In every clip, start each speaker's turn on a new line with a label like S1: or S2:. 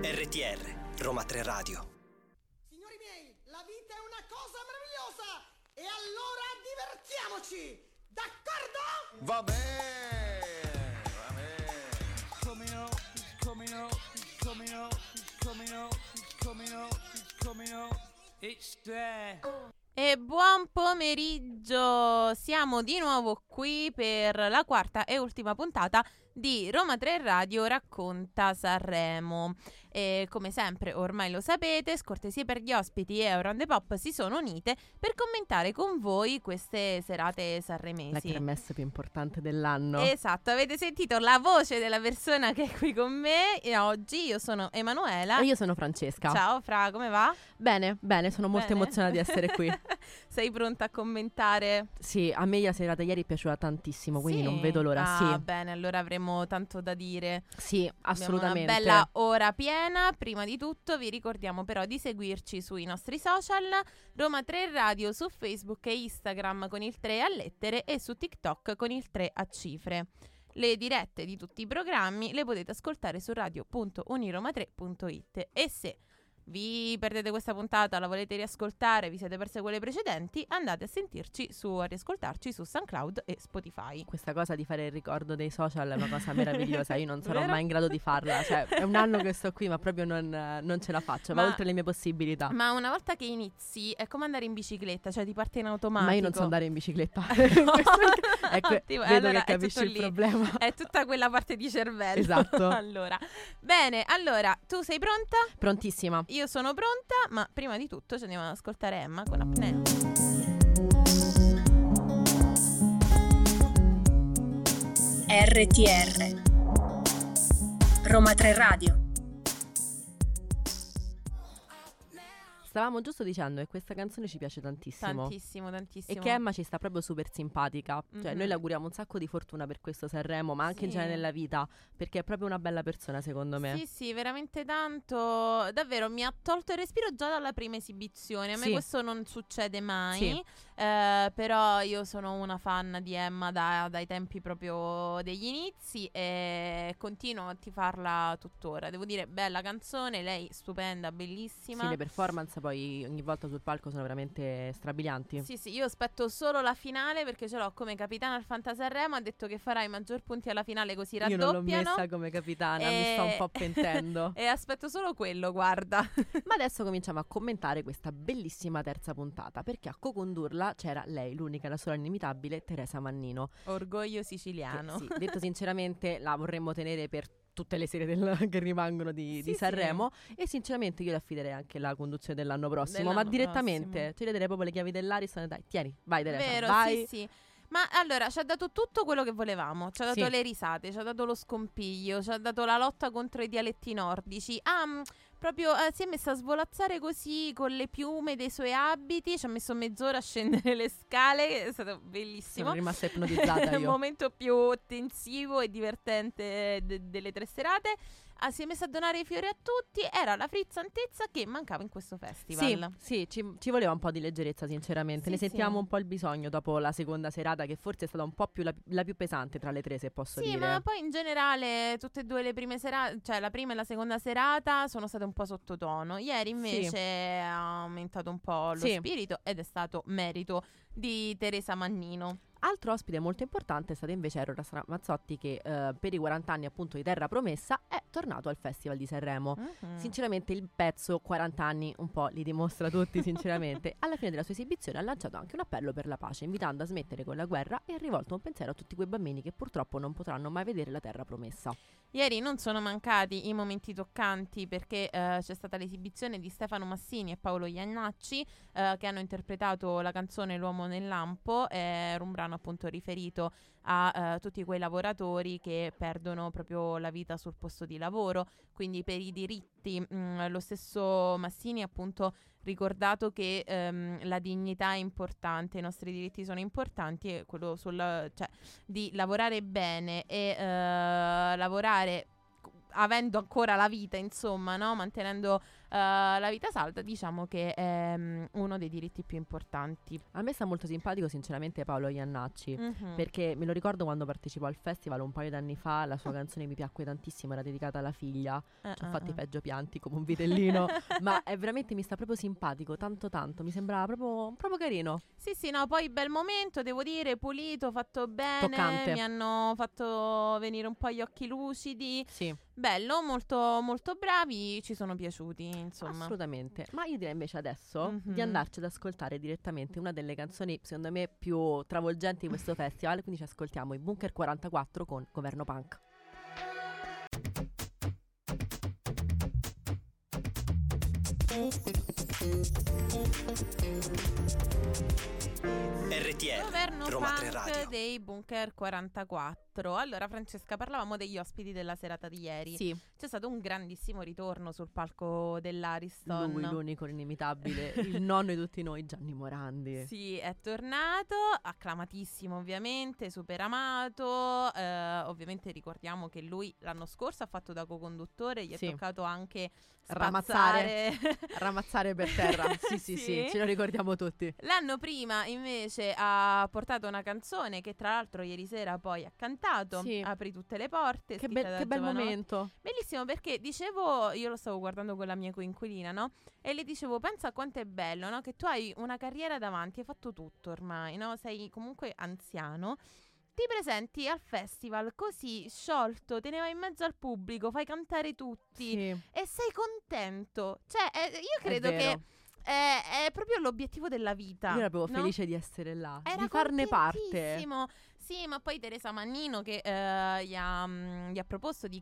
S1: RTR, Roma 3 Radio.
S2: Signori miei, la vita è una cosa meravigliosa! E allora divertiamoci! D'accordo?
S3: Va bene, va bene.
S4: coming up, it's coming up, it's coming up, it's coming up, it's coming up, it's coming up, it's there.
S5: E buon pomeriggio, siamo di nuovo qui per la quarta e ultima puntata di Roma 3 Radio racconta Sanremo. E come sempre, ormai lo sapete, scortesie per gli ospiti e Euron the Pop si sono unite per commentare con voi queste serate
S6: La
S5: sanremesi.
S6: kermesse più importante dell'anno.
S5: Esatto, avete sentito la voce della persona che è qui con me e oggi io sono Emanuela.
S6: E io sono Francesca.
S5: Ah. Ciao Fra, come va?
S6: Bene, bene, sono molto
S5: Bene?
S6: emozionata di essere qui.
S5: Sei pronta a commentare?
S6: sì, a me la serata ieri è piaciuta tantissimo, quindi non vedo l'ora.
S5: Ah, bene, allora avremo tanto da dire.
S6: sì, sì,
S5: Abbiamo
S6: assolutamente.
S5: Una bella ora piena. Prima di tutto vi ricordiamo però di seguirci sui nostri social Roma 3 Radio su Facebook e Instagram con il 3 a lettere e su TikTok con il 3 a cifre. Le dirette di tutti i programmi le potete ascoltare su radio.uniroma3.it e se vi perdete questa puntata, la volete riascoltare, vi siete perse quelle precedenti, andate a sentirci su a riascoltarci su SoundCloud e Spotify.
S6: Questa cosa di fare il ricordo dei social è una cosa meravigliosa, io non sarò
S5: Vero?
S6: mai in grado di farla. Cioè, è un anno che sto qui, ma proprio non, eh, non ce la faccio,
S5: Ma-
S6: va oltre le mie possibilità.
S5: Ma una volta che inizi è come andare in bicicletta, cioè ti parte in automatico.
S6: Ma io non so andare in bicicletta.
S5: No.
S6: ecco,
S5: Ottimo,
S6: vedo
S5: allora è
S6: che capisci
S5: tutto
S6: il
S5: lì.
S6: problema.
S5: È tutta quella parte di cervello.
S6: Esatto.
S5: allora, bene, allora tu sei pronta?
S6: Prontissima.
S5: Io sono pronta, ma prima di tutto ci andiamo ad ascoltare Emma con apnea.
S7: RTR Roma 3 Radio
S6: Stavamo giusto dicendo che questa canzone ci piace tantissimo.
S5: Tantissimo,
S6: E
S5: tantissimo.
S6: che Emma ci sta proprio super simpatica. Cioè,
S5: Mhm.
S6: noi le auguriamo un sacco di fortuna per questo Sanremo, ma anche in
S5: Sì.
S6: genere nella vita, perché è proprio una bella persona, secondo me.
S5: Sì, sì, veramente tanto. Davvero mi ha tolto il respiro già dalla prima esibizione. A me
S6: Sì.
S5: questo non succede mai.
S6: Sì.
S5: Eh, però io sono una fan di Emma da- dai tempi proprio degli inizi e continuo a tifarla tuttora. Devo dire, bella canzone, lei stupenda,
S6: Sì,
S5: bellissima.
S6: le performance poi ogni volta sul palco sono veramente strabilianti.
S5: Sì, sì, io aspetto solo la finale perché ce l'ho come capitano al Fantasanremo. Ha detto che farai maggior punti alla finale così
S6: Io
S5: raddoppiano.
S6: non l'ho messa come capitana, mi sto un
S5: E-
S6: po' pentendo.
S5: e aspetto solo quello, guarda.
S6: Ma adesso cominciamo a commentare questa bellissima terza puntata, perché a co-condurla c'era lei, l'unica, la sola inimitabile, Teresa Mannino.
S5: Orgoglio
S6: che,
S5: siciliano.
S6: sì, detto sinceramente, la vorremmo tenere per tutte le serie del- che rimangono di, di
S5: Sì,
S6: Sanremo e sinceramente io le affiderei anche la conduzione dell'anno prossimo, ma
S5: Dell'anno
S6: direttamente,
S5: prossimo.
S6: cioè le darei proprio le chiavi dell'Ariston e dai, tieni, vai Teresa,
S5: Vero,
S6: cioè, vai.
S5: sì, sì. Ma allora ci ha dato tutto quello che volevamo. Ci ha dato
S6: Sì.
S5: le risate, ci ha dato lo scompiglio, ci ha dato la lotta contro i dialetti nordici. Ah, mh, proprio eh, si è messa a svolazzare così con le piume dei suoi abiti. Ci ha messo mezz'ora a scendere le scale. È stato bellissimo.
S6: Sono rimasta ipnotizzata
S5: il
S6: io.
S5: momento più tensivo e divertente de- delle tre serate. Ah, si è messa a donare i fiori a tutti. Era la frizzantezza che mancava in questo
S6: Sì,
S5: festival.
S6: sì, ci, ci voleva un po' di leggerezza sinceramente,
S5: Sì,
S6: ne
S5: sì.
S6: sentiamo un po' il bisogno dopo la seconda serata che forse è stata un po' più la, la più pesante tra le tre se posso
S5: Sì,
S6: dire.
S5: ma poi in generale tutte e due le prime serate, cioè la prima e la seconda serata sono state un po' sottotono. Ieri invece ha aumentato un po' lo
S6: Sì.
S5: spirito ed è stato merito di Teresa Mannino.
S6: Altro ospite molto importante è stato invece Errol Sra- Mazzotti che eh, per i 40 anni appunto di Terra Promessa è tornato al Festival di Sanremo.
S5: Mm. Mm-hmm.
S6: Sinceramente il pezzo 40 anni un po' li dimostra tutti sinceramente. Alla fine della sua esibizione ha lanciato anche un appello per la pace, invitando a smettere con la guerra e ha rivolto un pensiero a tutti quei bambini che purtroppo non potranno mai vedere la terra promessa.
S5: Ieri non sono mancati i momenti toccanti perché eh, c'è stata l'esibizione di Stefano Massini e Paolo Iannacci eh, che hanno interpretato la canzone L'uomo nel lampo, eh, era un brano appunto riferito a eh, tutti quei lavoratori che perdono proprio la vita sul posto di lavoro, quindi per i diritti. Mm, lo stesso Massini ha appunto ricordato che ehm, la dignità è importante, i nostri diritti sono importanti e quello sul, cioè, di lavorare bene e eh, lavorare co- avendo ancora la vita, insomma, no? mantenendo eh, eh, la vita salda diciamo che è mm, uno dei diritti più importanti.
S6: A me sta molto simpatico sinceramente Paolo Iannacci.
S5: Mhm.
S6: Perché me lo ricordo quando partecipò al festival un paio d'anni fa, la sua canzone mi piacque tantissimo, era dedicata alla figlia,
S5: Eh,
S6: ci ha
S5: eh,
S6: fatto i
S5: eh.
S6: peggio pianti come un vitellino, ma è veramente mi sta proprio simpatico, tanto tanto, mi sembrava proprio, proprio carino.
S5: Sì, sì, no, poi bel momento, devo dire, pulito, fatto bene,
S6: Toccante.
S5: mi hanno fatto venire un po' gli occhi lucidi.
S6: Sì,
S5: Bello, molto molto bravi, ci sono piaciuti, insomma.
S6: assolutamente. Ma io direi invece adesso
S5: Mhm.
S6: di andarci ad ascoltare direttamente una delle canzoni secondo me più travolgenti di questo festival, quindi ci ascoltiamo i Bunker 44 con Governo Punk.
S1: RTL
S5: Governo
S1: Roma 3
S5: punk
S1: Radio.
S5: dei Bunker 44. Allora, Francesca, parlavamo degli ospiti della serata di ieri.
S6: Sì,
S5: C'è stato un grandissimo ritorno sul palco dell'Ariston.
S6: lui l'unico inimitabile, il nonno di tutti noi, Gianni Morandi.
S5: Sì, è tornato, acclamatissimo ovviamente, super amato. eh, ovviamente ricordiamo che lui l'anno scorso ha fatto da co-conduttore, gli
S6: Sì.
S5: è toccato anche
S6: Ramazzare.
S5: spazzare.
S6: Ramazzare per terra. Sì, sì, sì, ce lo ricordiamo tutti.
S5: L'anno prima invece ha portato una canzone che tra l'altro ieri sera poi ha cantato,
S6: Sì.
S5: Apri tutte le porte.
S6: Che,
S5: scritta
S6: bel-
S5: da
S6: che bel
S5: Giovanotti.
S6: momento.
S5: Bellissimo perché dicevo, io lo stavo guardando con la mia coinquilina, no? E le dicevo, pensa quanto è bello, no? Che tu hai una carriera davanti, hai fatto tutto ormai, no? Sei comunque anziano. Ti presenti al festival così sciolto, te ne vai in mezzo al pubblico, fai cantare tutti e sei contento. Cioè, eh, io credo che
S6: vero.
S5: è, è proprio l'obiettivo della vita.
S6: Io ero proprio
S5: no?
S6: felice di essere là,
S5: Era
S6: di farne parte.
S5: contentissimo. Sì, ma poi Teresa Mannino che eh, gli, ha, mm, gli ha proposto di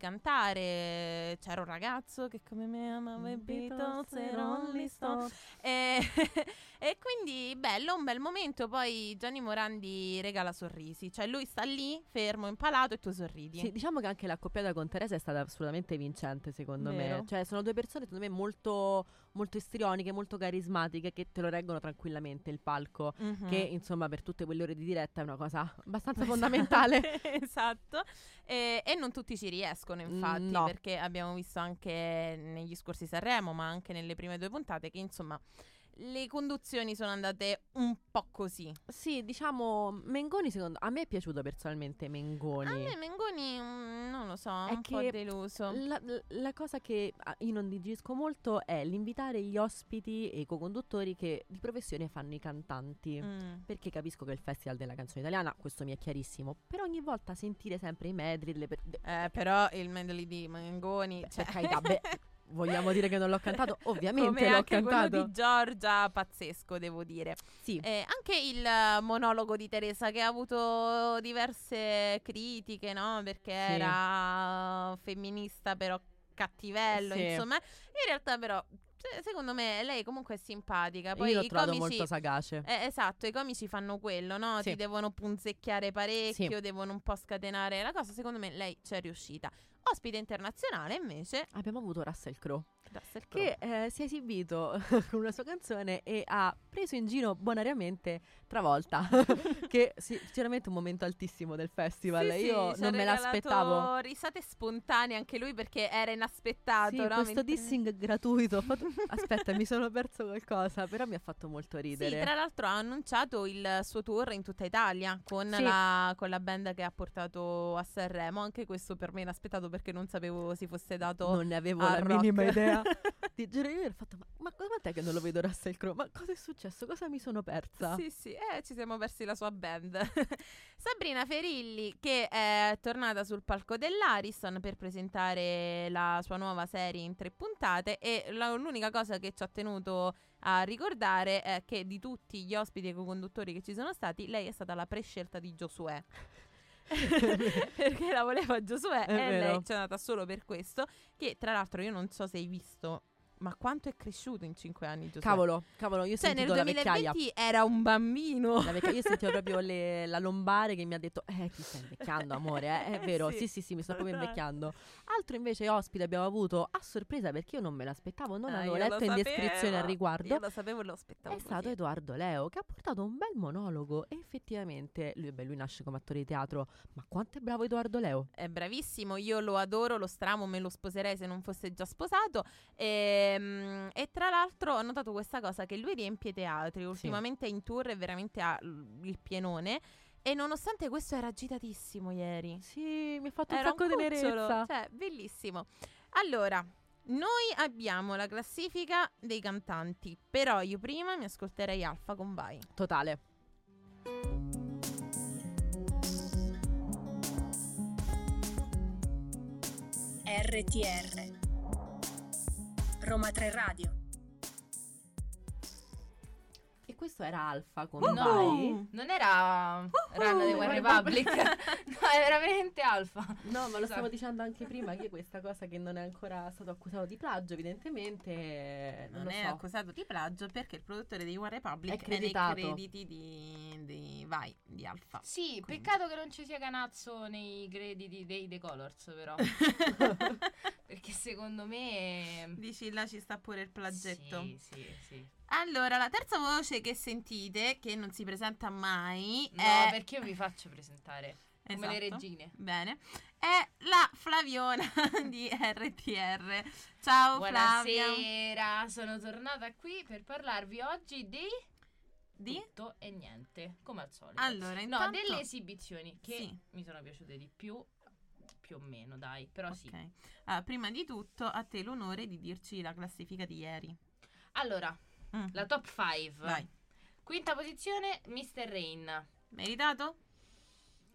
S5: cantare. C'era un ragazzo che come me amava i Beatles e i Rolling Stones. E, e quindi bello, un bel momento. Poi Gianni Morandi regala sorrisi. Cioè lui sta lì, fermo, impalato e tu sorridi.
S6: Sì, diciamo che anche l'accoppiata con Teresa è stata assolutamente vincente, secondo
S5: Vero.
S6: me. Cioè, sono due persone, secondo me, molto, molto istrioniche, molto carismatiche, che te lo reggono tranquillamente il palco.
S5: Mhm.
S6: Che, insomma, per tutte quelle ore di diretta è una cosa abbastanza fondamentale. Mm,
S5: esatto. E, e non tutti ci riescono, infatti,
S6: no.
S5: perché abbiamo visto anche negli scorsi Sanremo, ma anche nelle prime due puntate, che insomma le conduzioni sono andate un po' così.
S6: Sì, diciamo, Mengoni, secondo a me è piaciuto personalmente Mengoni.
S5: A me Mengoni, mm, non lo so,
S6: È
S5: un po'
S6: che
S5: deluso.
S6: La, la cosa che ah, io non digerisco molto è l'invitare gli ospiti e i co-conduttori che di professione fanno i cantanti.
S5: Mm.
S6: Perché capisco che il Festival della canzone italiana, questo mi è chiarissimo, però ogni volta sentire sempre i medley delle per- de-
S5: Eh, però il medley di Mengoni,
S6: Beh,
S5: cioè...
S6: per carità, beh, vogliamo dire che non l'ho cantato? Ovviamente
S5: Come
S6: l'ho
S5: anche quello
S6: cantato.
S5: di Giorgia, pazzesco, devo dire.
S6: Sì.
S5: Eh, anche il eh, monologo di Teresa che ha avuto diverse critiche, no? Perché
S6: Sì.
S5: era femminista però cattivello,
S6: Sì.
S5: insomma. In realtà però se- secondo me lei comunque è simpatica, poi
S6: Io l'ho
S5: i
S6: trovato
S5: comici
S6: molto sagace.
S5: eh, esatto, i comici fanno quello, no?
S6: Sì.
S5: Ti devono punzecchiare parecchio,
S6: Sì.
S5: devono un po' scatenare la cosa. Secondo me lei ci è riuscita. Ospite internazionale invece,
S6: Abbiamo avuto Russell Crowe.
S5: Russell Crowe.
S6: che eh, si è esibito con una sua canzone e ha preso in giro bonariamente Travolta, che sì, sicuramente è un momento altissimo del festival.
S5: Sì, sì,
S6: Io
S5: ci ha
S6: non me l'aspettavo.
S5: regalato Risate spontanee anche lui perché era inaspettato.
S6: Sì,
S5: no?
S6: questo
S5: Mentre-
S6: dissing gratuito. ho fatto- Aspetta, mi sono perso qualcosa, però mi ha fatto molto
S5: Sì,
S6: ridere.
S5: tra l'altro ha annunciato il suo tour in tutta Italia con,
S6: Sì.
S5: la, con la band che ha portato a Sanremo. Anche questo per me inaspettato perché non sapevo si fosse dato.
S6: non ne avevo
S5: al
S6: la
S5: rock.
S6: minima idea. Ti giuro, io ho fatto, ma, ma quant'è che non lo vedo Russell Crowe? Ma cosa è successo? Cosa mi sono persa?
S5: Sì, sì, eh, ci siamo persi la sua band. Sabrina Ferilli che è tornata sul palco dell'Ariston per presentare la sua nuova serie in tre puntate e la- l'unica cosa che ci ha tenuto a ricordare è che di tutti gli ospiti e co-conduttori che ci sono stati, lei è stata la prescelta di Giosuè. perché la voleva Giosuè
S6: È
S5: e
S6: vero.
S5: lei c'è andata solo per questo che tra l'altro io non so se hai visto ma quanto è cresciuto in cinque anni Giosuè
S6: Cavolo, cavolo, io ho
S5: cioè nel
S6: sentito la vecchiaia.
S5: 2020 era un bambino
S6: La vecchia- io sentivo proprio le- la lombare che mi ha detto: Eh, ti stai invecchiando, amore. eh, È vero,
S5: Sì.
S6: sì, sì, sì, mi sto proprio
S5: Dai.
S6: invecchiando. Altro invece ospite abbiamo avuto a sorpresa perché io non me l'aspettavo, non
S5: Ah,
S6: avevo
S5: io lo
S6: letto in descrizione al
S5: sapevo, Io
S6: riguardo.
S5: lo sapevo e lo aspettavo.
S6: È stato Edoardo Leo che ha portato un bel monologo e effettivamente lui, beh, lui nasce come attore di teatro, ma quanto è bravo Edoardo Leo?
S5: È bravissimo, io lo adoro, lo stramo, me lo sposerei se non fosse già sposato. E Ehm, e tra l'altro ho notato questa cosa che lui riempie i teatri, ultimamente in tour è veramente ha l- il pienone e nonostante questo era agitatissimo ieri.
S6: Sì, mi ha fatto
S5: Era
S6: un sacco di
S5: cucciolo,
S6: tenerezza.
S5: Eh, Cioè, bellissimo. Allora, noi abbiamo la classifica dei cantanti, però io prima mi ascolterei Alfa con Vai.
S6: Totale.
S8: RTR Roma 3 Radio
S6: E questo era Alfa con
S9: No,
S6: Vai.
S9: non era Run the One Republic, no, è veramente Alfa.
S6: No, ma lo stavo
S9: Esatto.
S6: dicendo anche prima che questa cosa che non è ancora stato accusato di plagio, evidentemente. Non,
S5: non
S6: lo
S5: è
S6: so.
S5: accusato di plagio perché il produttore di One Republic
S6: È
S5: è, nei
S6: creditato.
S5: crediti di, di Vai, di Alfa.
S9: Sì,
S5: Quindi.
S9: peccato che non ci sia Canazzo nei crediti dei The Colors, però. Perché secondo me.
S5: Dici là ci sta pure il plaggetto.
S9: Sì, sì, sì.
S5: Allora, la terza voce che sentite, che non si presenta mai,
S9: No,
S5: è...
S9: perché io vi faccio presentare come le
S5: Eh. Esatto.
S9: regine.
S5: Bene, è la Flaviona di RTR. Ciao Flavia.
S9: Buonasera, sono tornata qui per parlarvi oggi di
S5: Di?
S9: tutto e niente, come al solito.
S5: Allora,
S9: no,
S5: intanto...
S9: delle esibizioni che
S5: Sì.
S9: mi sono piaciute di più, più o meno, dai, però Oh, sì.
S5: Ok. Ah, prima di tutto, a te l'onore di dirci la classifica di ieri.
S9: Allora,
S5: Mm.
S9: la top 5.
S5: Vai.
S9: Quinta posizione, Mr. Rain.
S5: Meritato?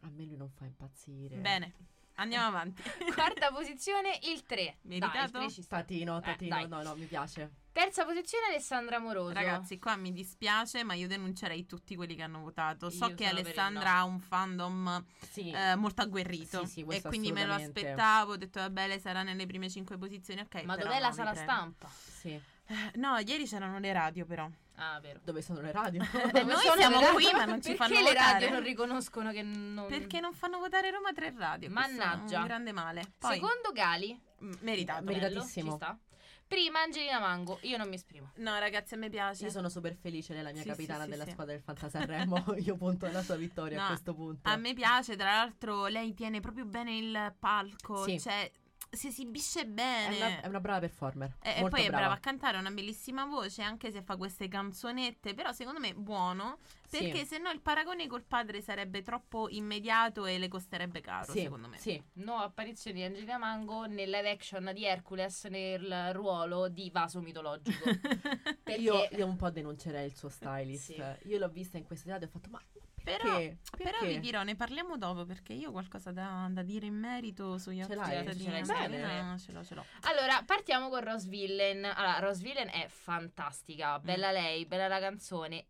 S6: A me lui non fa impazzire.
S5: Bene, andiamo
S9: Eh,
S5: avanti.
S9: Quarta posizione, il 3. Dai, il
S5: Meritato?
S9: 3 ci sta.
S6: Tatino,
S9: Eh,
S6: tatino,
S9: dai.
S6: no, no, mi piace.
S9: Terza posizione, Alessandra Moroso.
S5: Ragazzi, qua mi dispiace, ma io denuncerei tutti quelli che hanno votato. So
S9: Io
S5: che
S9: sono per il
S5: Alessandra
S9: no.
S5: ha un fandom
S6: Sì.
S5: eh, molto agguerrito
S6: Sì, sì,
S5: e
S6: questo
S5: quindi me lo
S6: assolutamente.
S5: aspettavo. Ho detto, vabbè, lei sarà nelle prime cinque posizioni.
S6: eh,
S5: Ok,
S9: Ma
S5: però
S9: dov'è
S5: no,
S9: la
S5: vi
S9: sala
S5: prego.
S9: stampa?
S6: Sì.
S5: Eh, No, ieri c'erano le radio, però.
S9: Ah, vero.
S6: Dove sono le radio?
S5: Eh, noi
S9: sono
S5: siamo
S9: le radio?
S5: qui, ma non ci fanno
S9: Perché le
S5: votare?
S9: radio non riconoscono che non...
S5: Perché non fanno votare Roma 3 Radio? Questo è
S9: Mannaggia.
S5: Un grande male. Poi,
S9: Secondo Gali,
S5: m- meritato.
S6: Merita- Meritatissimo.
S9: Bello, ci sta. Prima Angelina Mango, io non mi esprimo.
S5: No, ragazzi, a me piace.
S6: Io sono super felice, lei è la mia
S5: Sì,
S6: capitana
S5: sì, sì,
S6: della
S5: sì.
S6: squadra del Fantasanremo. Io punto alla sua vittoria
S5: No,
S6: a questo punto.
S5: A me piace, tra l'altro, lei tiene proprio bene il palco,
S6: Sì.
S5: cioè si esibisce
S6: è
S5: bene.
S6: una, è una brava performer.
S5: E- e
S6: molto
S5: poi è brava a cantare, ha una bellissima voce, anche se fa queste canzonette, però secondo me è buono,
S6: Sì.
S5: perché se no il paragone col padre sarebbe troppo immediato e le costerebbe caro,
S6: Sì,
S5: secondo me.
S6: Sì,
S9: Nuova apparizione di Angelina Mango nel live action di Hercules nel ruolo di vaso mitologico. Perché
S6: io, io un po' denuncerei il suo stylist.
S9: Sì.
S6: Io l'ho vista in queste teatro e ho fatto, ma perché?
S5: Però,
S6: Perché?
S5: però vi dirò, ne parliamo dopo perché io ho qualcosa da, da dire in merito sugli
S6: Ce
S5: altri
S6: l'hai?
S5: cittadini.
S9: Ce l'hai
S6: sempre?
S5: No, ce l'ho, ce l'ho.
S9: Allora, partiamo con Rose Villain. Allora, Rose Villain è fantastica,
S5: Mm.
S9: bella lei, bella la canzone.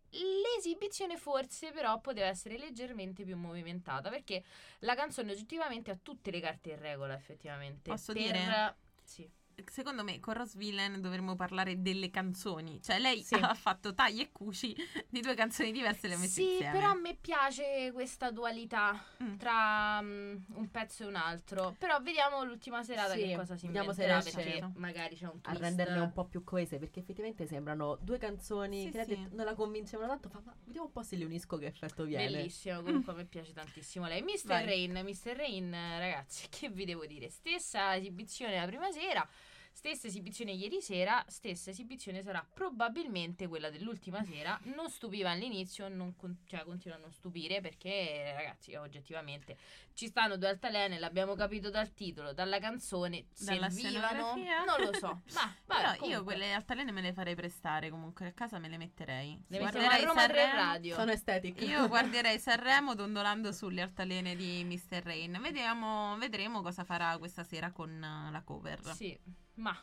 S9: L'esibizione forse però poteva essere leggermente più movimentata perché la canzone oggettivamente ha tutte le carte in regola effettivamente.
S5: Posso
S9: Per-
S5: dire?
S9: Sì.
S5: Secondo me con Rose Villain dovremmo parlare delle canzoni. Cioè lei
S6: Sì.
S5: ha fatto tagli e cuci di due canzoni diverse e le ha messe
S9: Sì,
S5: insieme.
S9: però a me piace questa dualità
S5: Mm.
S9: tra mm, un pezzo e un altro. Però vediamo l'ultima serata
S6: Sì,
S9: che cosa si
S6: vediamo se
S9: inventerà
S6: riesce
S9: perché
S5: a-
S9: magari c'è un
S6: a
S9: twist.
S6: renderle un po' più coese perché effettivamente sembrano due canzoni
S5: Sì,
S6: che lei ha
S5: sì.
S6: detto- non la convincevano tanto fa, ma vediamo un po' se le unisco che effetto viene
S9: Bellissimo, comunque a me piace tantissimo lei. Mr.
S5: Vai.
S9: Rain, Mr. Rain, eh, ragazzi, che vi devo dire? Stessa esibizione la prima sera, stessa esibizione ieri sera, stessa esibizione sarà probabilmente quella dell'ultima sera. Non stupiva all'inizio, non con- cioè, continua a non stupire perché, eh, ragazzi, oggettivamente ci stanno due altalene, l'abbiamo capito dal titolo, dalla canzone, se
S5: Dalla
S9: vivano,
S5: scenografia.
S9: non lo so. Ma vabbè,
S5: Però io
S9: comunque,
S5: quelle altalene me le farei prestare comunque, a casa me le metterei.
S9: le mettiamo a
S5: Guarderei
S9: Roma 3
S5: Sanremo-
S9: Radio.
S6: sono estetic
S5: Io guarderei Sanremo dondolando sulle altalene di Mr. Rain. Vediamo, vedremo cosa farà questa sera con eh, la cover.
S6: Esatto.
S9: Sì, ma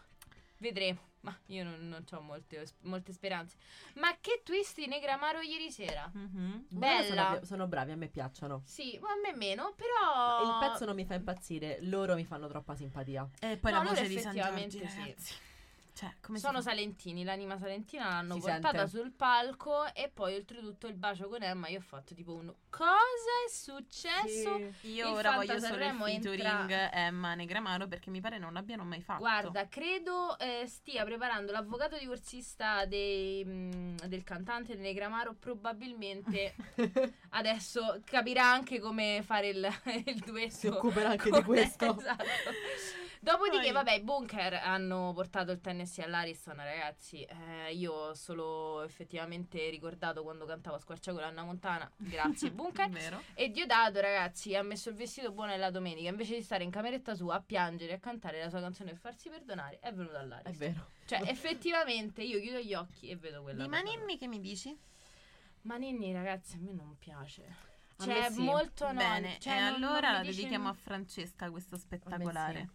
S9: vedremo. Ma io non, non ho molte, molte speranze. Ma che twist di Negramaro ieri sera?
S5: Mhm.
S6: Ma loro sono,
S9: Bella.
S6: bra- sono bravi a me piacciono
S9: Sì, ma a me meno, però...
S6: il pezzo non mi fa impazzire loro mi fanno troppa simpatia
S5: E poi
S9: No,
S5: la
S9: loro
S5: voce di San
S9: effettivamente
S5: Giorgi,
S9: sì.
S5: ragazzi. Cioè, come si
S9: Sono
S5: fa?
S9: salentini, l'anima salentina l'hanno
S6: Si
S9: portata
S6: sente.
S9: sul palco e poi oltretutto il bacio con Emma io ho fatto tipo un cosa è successo?
S5: Io
S9: Il
S5: ora
S9: Fanta
S5: voglio solo il
S9: Sanremo
S5: featuring
S9: entra-
S5: Emma Negramaro perché mi pare non l'abbiano mai fatto.
S9: Guarda, credo eh, stia preparando l'avvocato divorzista dei, mm, del cantante di Negramaro. Probabilmente adesso capirà anche come fare il, il duetto.
S6: Si occuperà anche di
S9: Come-
S6: questo.
S9: Esatto.
S10: Esatto. Dopodiché,
S5: Poi-
S10: vabbè, i bunker hanno portato il Tennessee all'Ariston, ragazzi. Eh, io ho solo effettivamente ricordato quando cantavo a squarciagola Anna Montana. Grazie, bunker.
S5: Vero.
S10: E Diodato, ragazzi, ha messo il vestito buono la domenica. Invece di stare in cameretta sua a piangere, a cantare la sua canzone e farsi perdonare, è venuto
S6: È
S10: all'Ariston.
S6: vero.
S10: Cioè, effettivamente, io chiudo gli occhi e vedo quella.
S5: Di
S10: roba.
S5: Maninni che mi dici?
S10: Maninni, ragazzi, a me non piace.
S6: A
S10: Cioè,
S6: me sì.
S10: molto no.
S5: Bene,
S10: cioè,
S5: e
S10: non- non
S5: allora
S10: mi
S5: la
S10: dice-
S5: dedichiamo a Francesca questo spettacolare.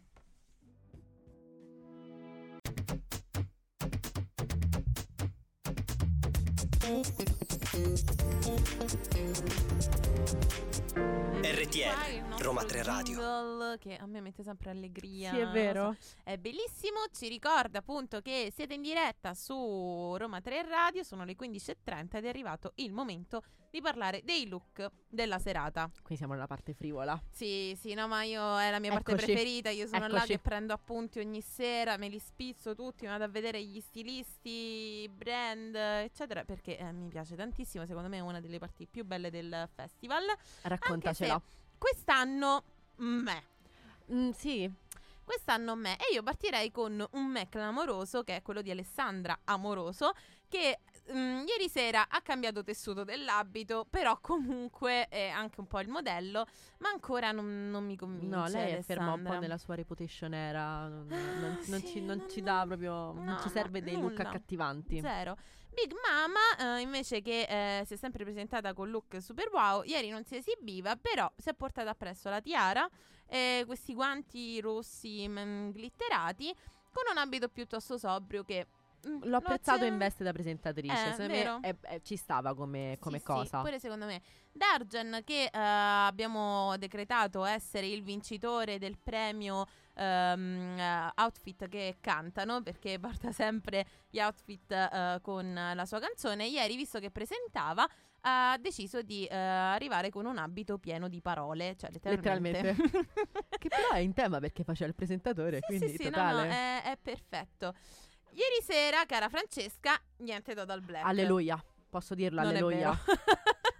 S1: RTL, Roma 3 Radio.
S5: Jingle Che a me mette sempre allegria.
S6: Sì, è
S5: non lo so.
S6: vero.
S5: È bellissimo, ci ricorda appunto che siete in diretta su Roma 3 Radio, sono le 15.30 ed è arrivato il momento di parlare dei look della serata.
S6: Qui siamo nella parte frivola.
S5: Sì, sì, no, ma io è la mia parte
S6: Eccoci.
S5: preferita, io sono là
S6: Eccoci.
S5: che prendo appunti ogni sera, me li spizzo tutti, vado a vedere gli stilisti, i brand, eccetera, perché eh, mi piace tantissimo, secondo me è una delle parti più belle del festival. Anche se
S6: Raccontacela.
S5: Quest'anno, me.
S6: Mm, sì,
S5: Quest'anno me e io partirei con un me clamoroso che è quello di Alessandra Amoroso che mm, ieri sera ha cambiato tessuto dell'abito però comunque è anche un po' il modello ma ancora non, non mi convince
S6: no, lei è ferma un po'
S5: Alessandra.
S6: nella sua reputation era. Non,
S5: Ah,
S6: non- non
S5: sì,
S6: ci, non
S5: non-
S6: ci dà proprio.
S5: no,
S6: non ci serve
S5: no,
S6: dei look
S5: nulla.
S6: accattivanti.
S5: Zero. Big Mama eh, invece che eh, si è sempre presentata con look super wow, ieri non si esibiva, però si è portata appresso la tiara, eh, questi guanti rossi mm, glitterati, con un abito piuttosto sobrio che... mm,
S6: L'ho apprezzato
S5: acce-
S6: in veste da presentatrice.
S5: Eh,
S6: secondo
S5: vero.
S6: me è- è- ci stava come, Eh, come
S5: Sì, Sì,
S6: cosa.
S5: pure secondo me. Dargen che eh, abbiamo decretato essere il vincitore del premio ehm, eh, outfit che cantano perché porta sempre gli outfit eh, con la sua canzone. Ieri, visto che presentava, ha deciso di eh, arrivare con un abito pieno di parole, cioè letteralmente.
S6: che però è in tema perché faceva il presentatore.
S5: Sì,
S6: quindi
S5: sì, sì, no, eh, ecco. no,
S6: totale.
S5: è, è perfetto. Ieri sera, cara Francesca, niente Total Black.
S6: Alleluia. Posso dirlo,
S5: Non è
S6: alleluia.
S5: vero.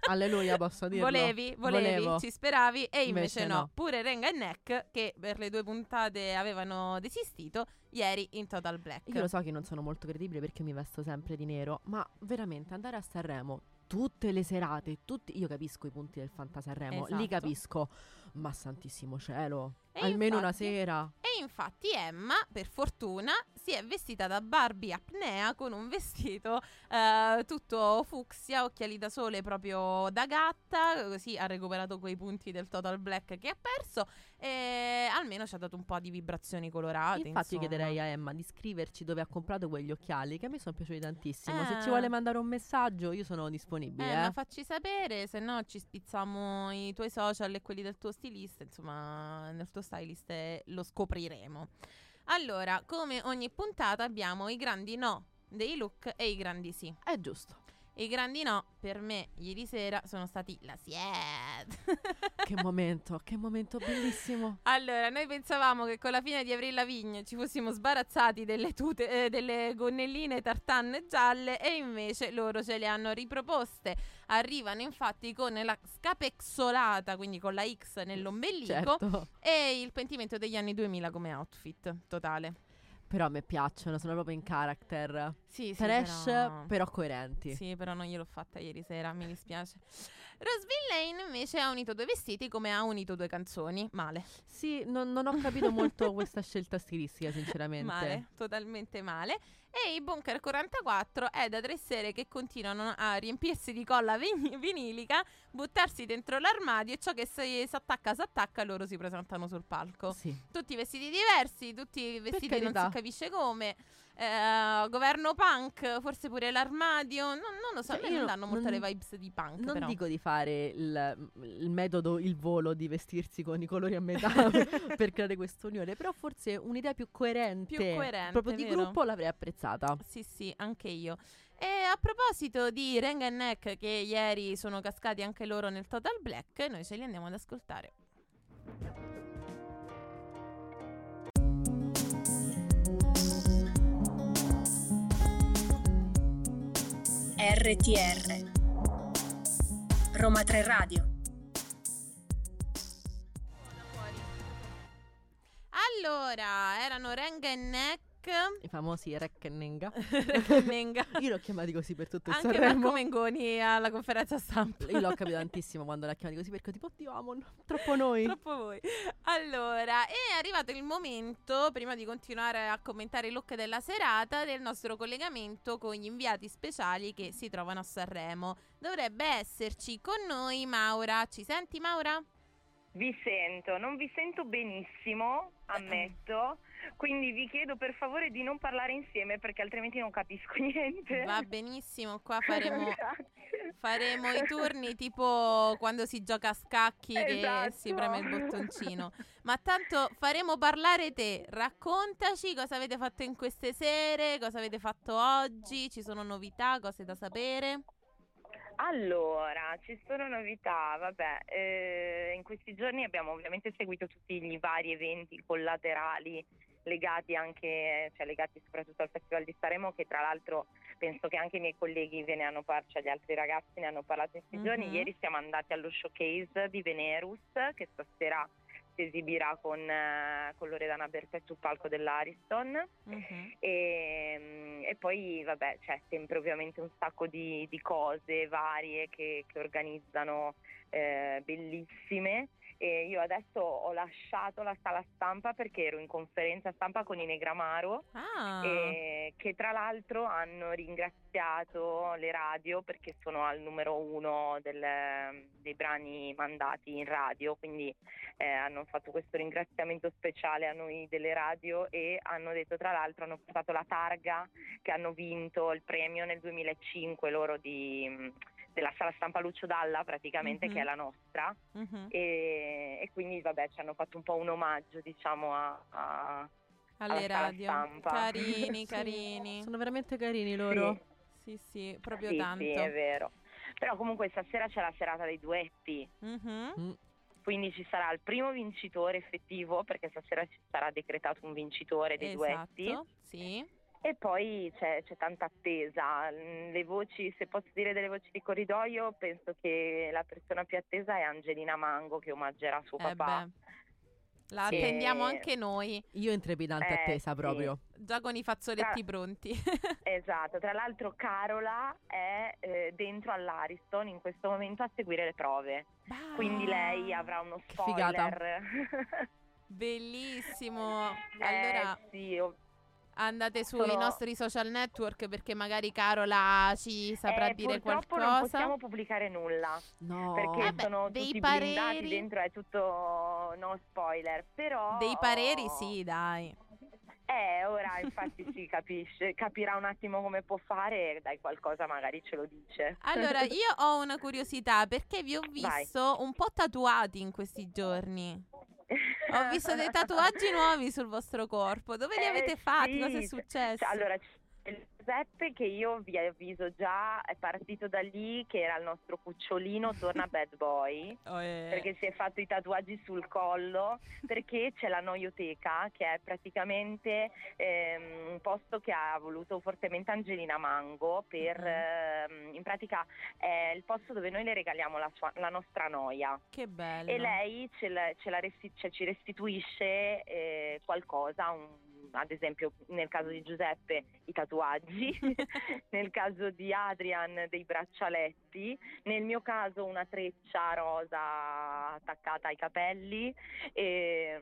S6: alleluia, posso dirlo.
S5: Volevi, volevi,
S6: Volevo.
S5: ci speravi e invece,
S6: Invece
S5: no.
S6: no.
S5: Pure Renga e Neck che per le due puntate avevano desistito ieri in Total Black.
S6: Io lo so che non sono molto credibile perché io mi vesto sempre di nero, ma veramente andare a Sanremo tutte le serate, tutti, io capisco i punti del Fantasanremo,
S5: Esatto.
S6: li capisco, ma santissimo cielo,
S5: E
S6: almeno una
S5: infatti-
S6: sera.
S5: E infatti Emma, per fortuna, si è vestita da Barbie apnea con un vestito eh, tutto fucsia, occhiali da sole proprio da gatta, così ha recuperato quei punti del Total Black che ha perso e almeno ci ha dato un po' di vibrazioni colorate.
S6: Infatti io
S5: Ah, insomma.
S6: chiederei a Emma di scriverci dove ha comprato quegli occhiali che a me sono piaciuti tantissimo. Se ci
S5: Eh.
S6: vuole mandare un messaggio io sono
S5: Eh,
S6: disponibile.
S5: ma
S6: eh.
S5: facci sapere, se no ci spizziamo i tuoi social e quelli del tuo stilista, insomma, del tuo stylist e lo scopriremo. Allora, come ogni puntata abbiamo i grandi no dei look e i grandi sì.
S6: È giusto.
S5: I grandi no per me ieri sera sono stati la Siet.
S6: Che momento, che momento bellissimo.
S5: Allora, noi pensavamo che con la fine di Avril Lavigne ci fossimo sbarazzati delle tute, eh, delle gonnelline tartanne gialle e invece loro ce le hanno riproposte. Arrivano infatti con la scapexolata, quindi con la X nell'ombelico
S6: Certo.
S5: e il pentimento degli anni 2000 come outfit totale.
S6: Però a me piacciono, sono proprio in character.
S5: Sì, sì,
S6: Trash
S5: però-
S6: però, coerenti.
S5: Sì, però non gliel'ho fatta ieri sera, mi dispiace. Roseville Lane invece ha unito due vestiti come ha unito due canzoni. Male.
S6: Sì, non, non ho capito molto questa scelta stilistica, sinceramente.
S5: Male, totalmente male. E i Bunker 44 è da tre sere che continuano a riempirsi di colla vin- vinilica, buttarsi dentro l'armadio e ciò che si attacca, si attacca, loro si presentano sul palco.
S6: Sì.
S5: Tutti vestiti diversi, tutti vestiti non si
S6: carità.
S5: capisce come. eh, governo punk, forse pure l'armadio, non, non lo so,
S6: Cioè,
S5: a me
S6: io
S5: non danno molto
S6: non-
S5: le vibes di punk.
S6: Non
S5: però.
S6: dico di fare il, mm, il metodo, il volo di vestirsi con i colori a metà per creare questa unione, però forse un'idea più coerente,
S5: Più coerente,
S6: proprio di
S5: vero.
S6: gruppo l'avrei apprezzata.
S5: Sì, sì, anche io. E a proposito di Renga e Neck, che ieri sono cascati anche loro nel Total Black, noi ce li andiamo ad ascoltare.
S7: RTR Roma 3 Radio
S5: Allora, erano Renga e Neck.
S6: I famosi Reckenenga.
S5: Renga e Nenga.
S6: Io li ho chiamati così per tutto il
S5: Anche
S6: Sanremo.
S5: Marco Mengoni alla conferenza stampa.
S6: Io l'ho capito tantissimo quando l'ha chiamati così perché ho tipo, oddio Amon, troppo noi.
S5: Troppo voi. Allora, è arrivato il momento, prima di continuare a commentare il look della serata, del nostro collegamento con gli inviati speciali che si trovano a Sanremo. Dovrebbe esserci con noi Maura. Ci senti Maura?
S9: Vi sento, non vi sento benissimo, ammetto, quindi vi chiedo per favore di non parlare insieme perché altrimenti non capisco niente.
S5: Va benissimo, qua faremo,
S9: Grazie.
S5: faremo i turni tipo quando si gioca a scacchi che
S9: Esatto.
S5: si preme il bottoncino. Ma tanto faremo parlare te, raccontaci cosa avete fatto in queste sere, cosa avete fatto oggi, ci sono novità, cose da sapere.
S9: Allora, ci sono novità, vabbè, eh, in questi giorni abbiamo ovviamente seguito tutti gli vari eventi collaterali legati anche, cioè legati soprattutto al Festival di Saremo che tra l'altro penso che anche i miei colleghi ve ne hanno parlato, cioè gli altri ragazzi ne hanno parlato in questi
S5: Mhm.
S9: giorni, ieri siamo andati allo showcase di Venerus che stasera si esibirà con, eh, con Loredana Bertè sul palco dell'Ariston
S5: Mhm.
S9: e, mm, e poi vabbè c'è sempre ovviamente un sacco di, di cose varie che, che organizzano eh, bellissime e io adesso ho lasciato la sala stampa perché ero in conferenza stampa con Ine Gramaro
S5: Ah,
S9: eh, che tra l'altro hanno ringraziato le radio perché sono al numero uno del- dei brani mandati in radio, quindi eh, hanno fatto questo ringraziamento speciale a noi delle radio e hanno detto tra l'altro hanno portato la targa che hanno vinto il premio nel 2005 loro di- della sala stampa Lucio Dalla praticamente
S5: Mhm.
S9: che è la nostra
S5: mhm.
S9: e, e quindi vabbè ci hanno fatto un po' un omaggio diciamo a- a,
S5: alle
S9: alla sala
S5: radio.
S9: stampa.
S5: Carini,
S9: Sì,
S5: carini.
S6: Sono veramente carini loro.
S9: Sì.
S5: Sì, sì, proprio
S9: sì,
S5: tanto.
S9: Sì, è vero. Però comunque stasera c'è la serata dei duetti,
S5: Mhm.
S9: quindi ci sarà il primo vincitore effettivo perché stasera ci sarà decretato un vincitore dei duetti Eh,
S5: Esatto, sì.
S9: e poi c'è, c'è tanta attesa. Mm, Le voci, se posso dire delle voci di corridoio, penso che la persona più attesa è Angelina Mango che omaggerà suo
S5: Eh
S9: papà.
S5: beh. La
S9: Sì.
S5: attendiamo anche noi.
S6: Io in trepidante
S9: Eh,
S6: attesa
S9: sì.
S6: proprio.
S5: Già con i fazzoletti
S9: Tra-
S5: pronti.
S9: Esatto, tra l'altro Carola è eh, dentro all'Ariston in questo momento a seguire le prove,
S5: Ah,
S9: quindi lei avrà uno
S6: Che figata.
S9: spoiler.
S5: Bellissimo.
S9: Eh,
S5: Allora
S9: sì, ov-
S5: andate sui
S9: sono-
S5: nostri social network perché magari Carola ci saprà
S9: eh,
S5: dire
S9: purtroppo
S5: qualcosa. Oh.
S9: non possiamo pubblicare nulla
S6: No.
S9: perché
S5: Vabbè,
S9: sono
S5: Eh dei
S9: tutti
S5: pareri-
S9: blindati dentro, è tutto no spoiler, però
S5: Dei pareri
S9: Oh.
S5: sì, dai.
S9: Eh, ora infatti si capisce, capirà un attimo come può fare e dai qualcosa magari ce lo dice.
S5: Allora, io ho una curiosità perché vi ho visto un po' tatuati in questi giorni. Ho visto dei tatuaggi nuovi sul vostro corpo. Dove li
S9: Eh,
S5: avete fatti?
S9: sì.
S5: Cosa è successo?
S9: Cioè, Allora, c'è il Giuseppe che io vi avviso già è partito da lì che era il nostro cucciolino torna bad boy
S5: Oh, eh.
S9: perché si è fatto i tatuaggi sul collo, perché c'è la Noioteca, che è praticamente ehm, un posto che ha voluto fortemente Angelina Mango, per,
S5: Mhm.
S9: ehm, in pratica è il posto dove noi le regaliamo la, sua- la nostra noia
S5: Che bello.
S9: e lei ce la- ce la resti- cioè, ci restituisce eh, qualcosa, un- ad esempio nel caso di Giuseppe i tatuaggi, nel caso di Adrian dei braccialetti, nel mio caso una treccia rosa attaccata ai capelli e,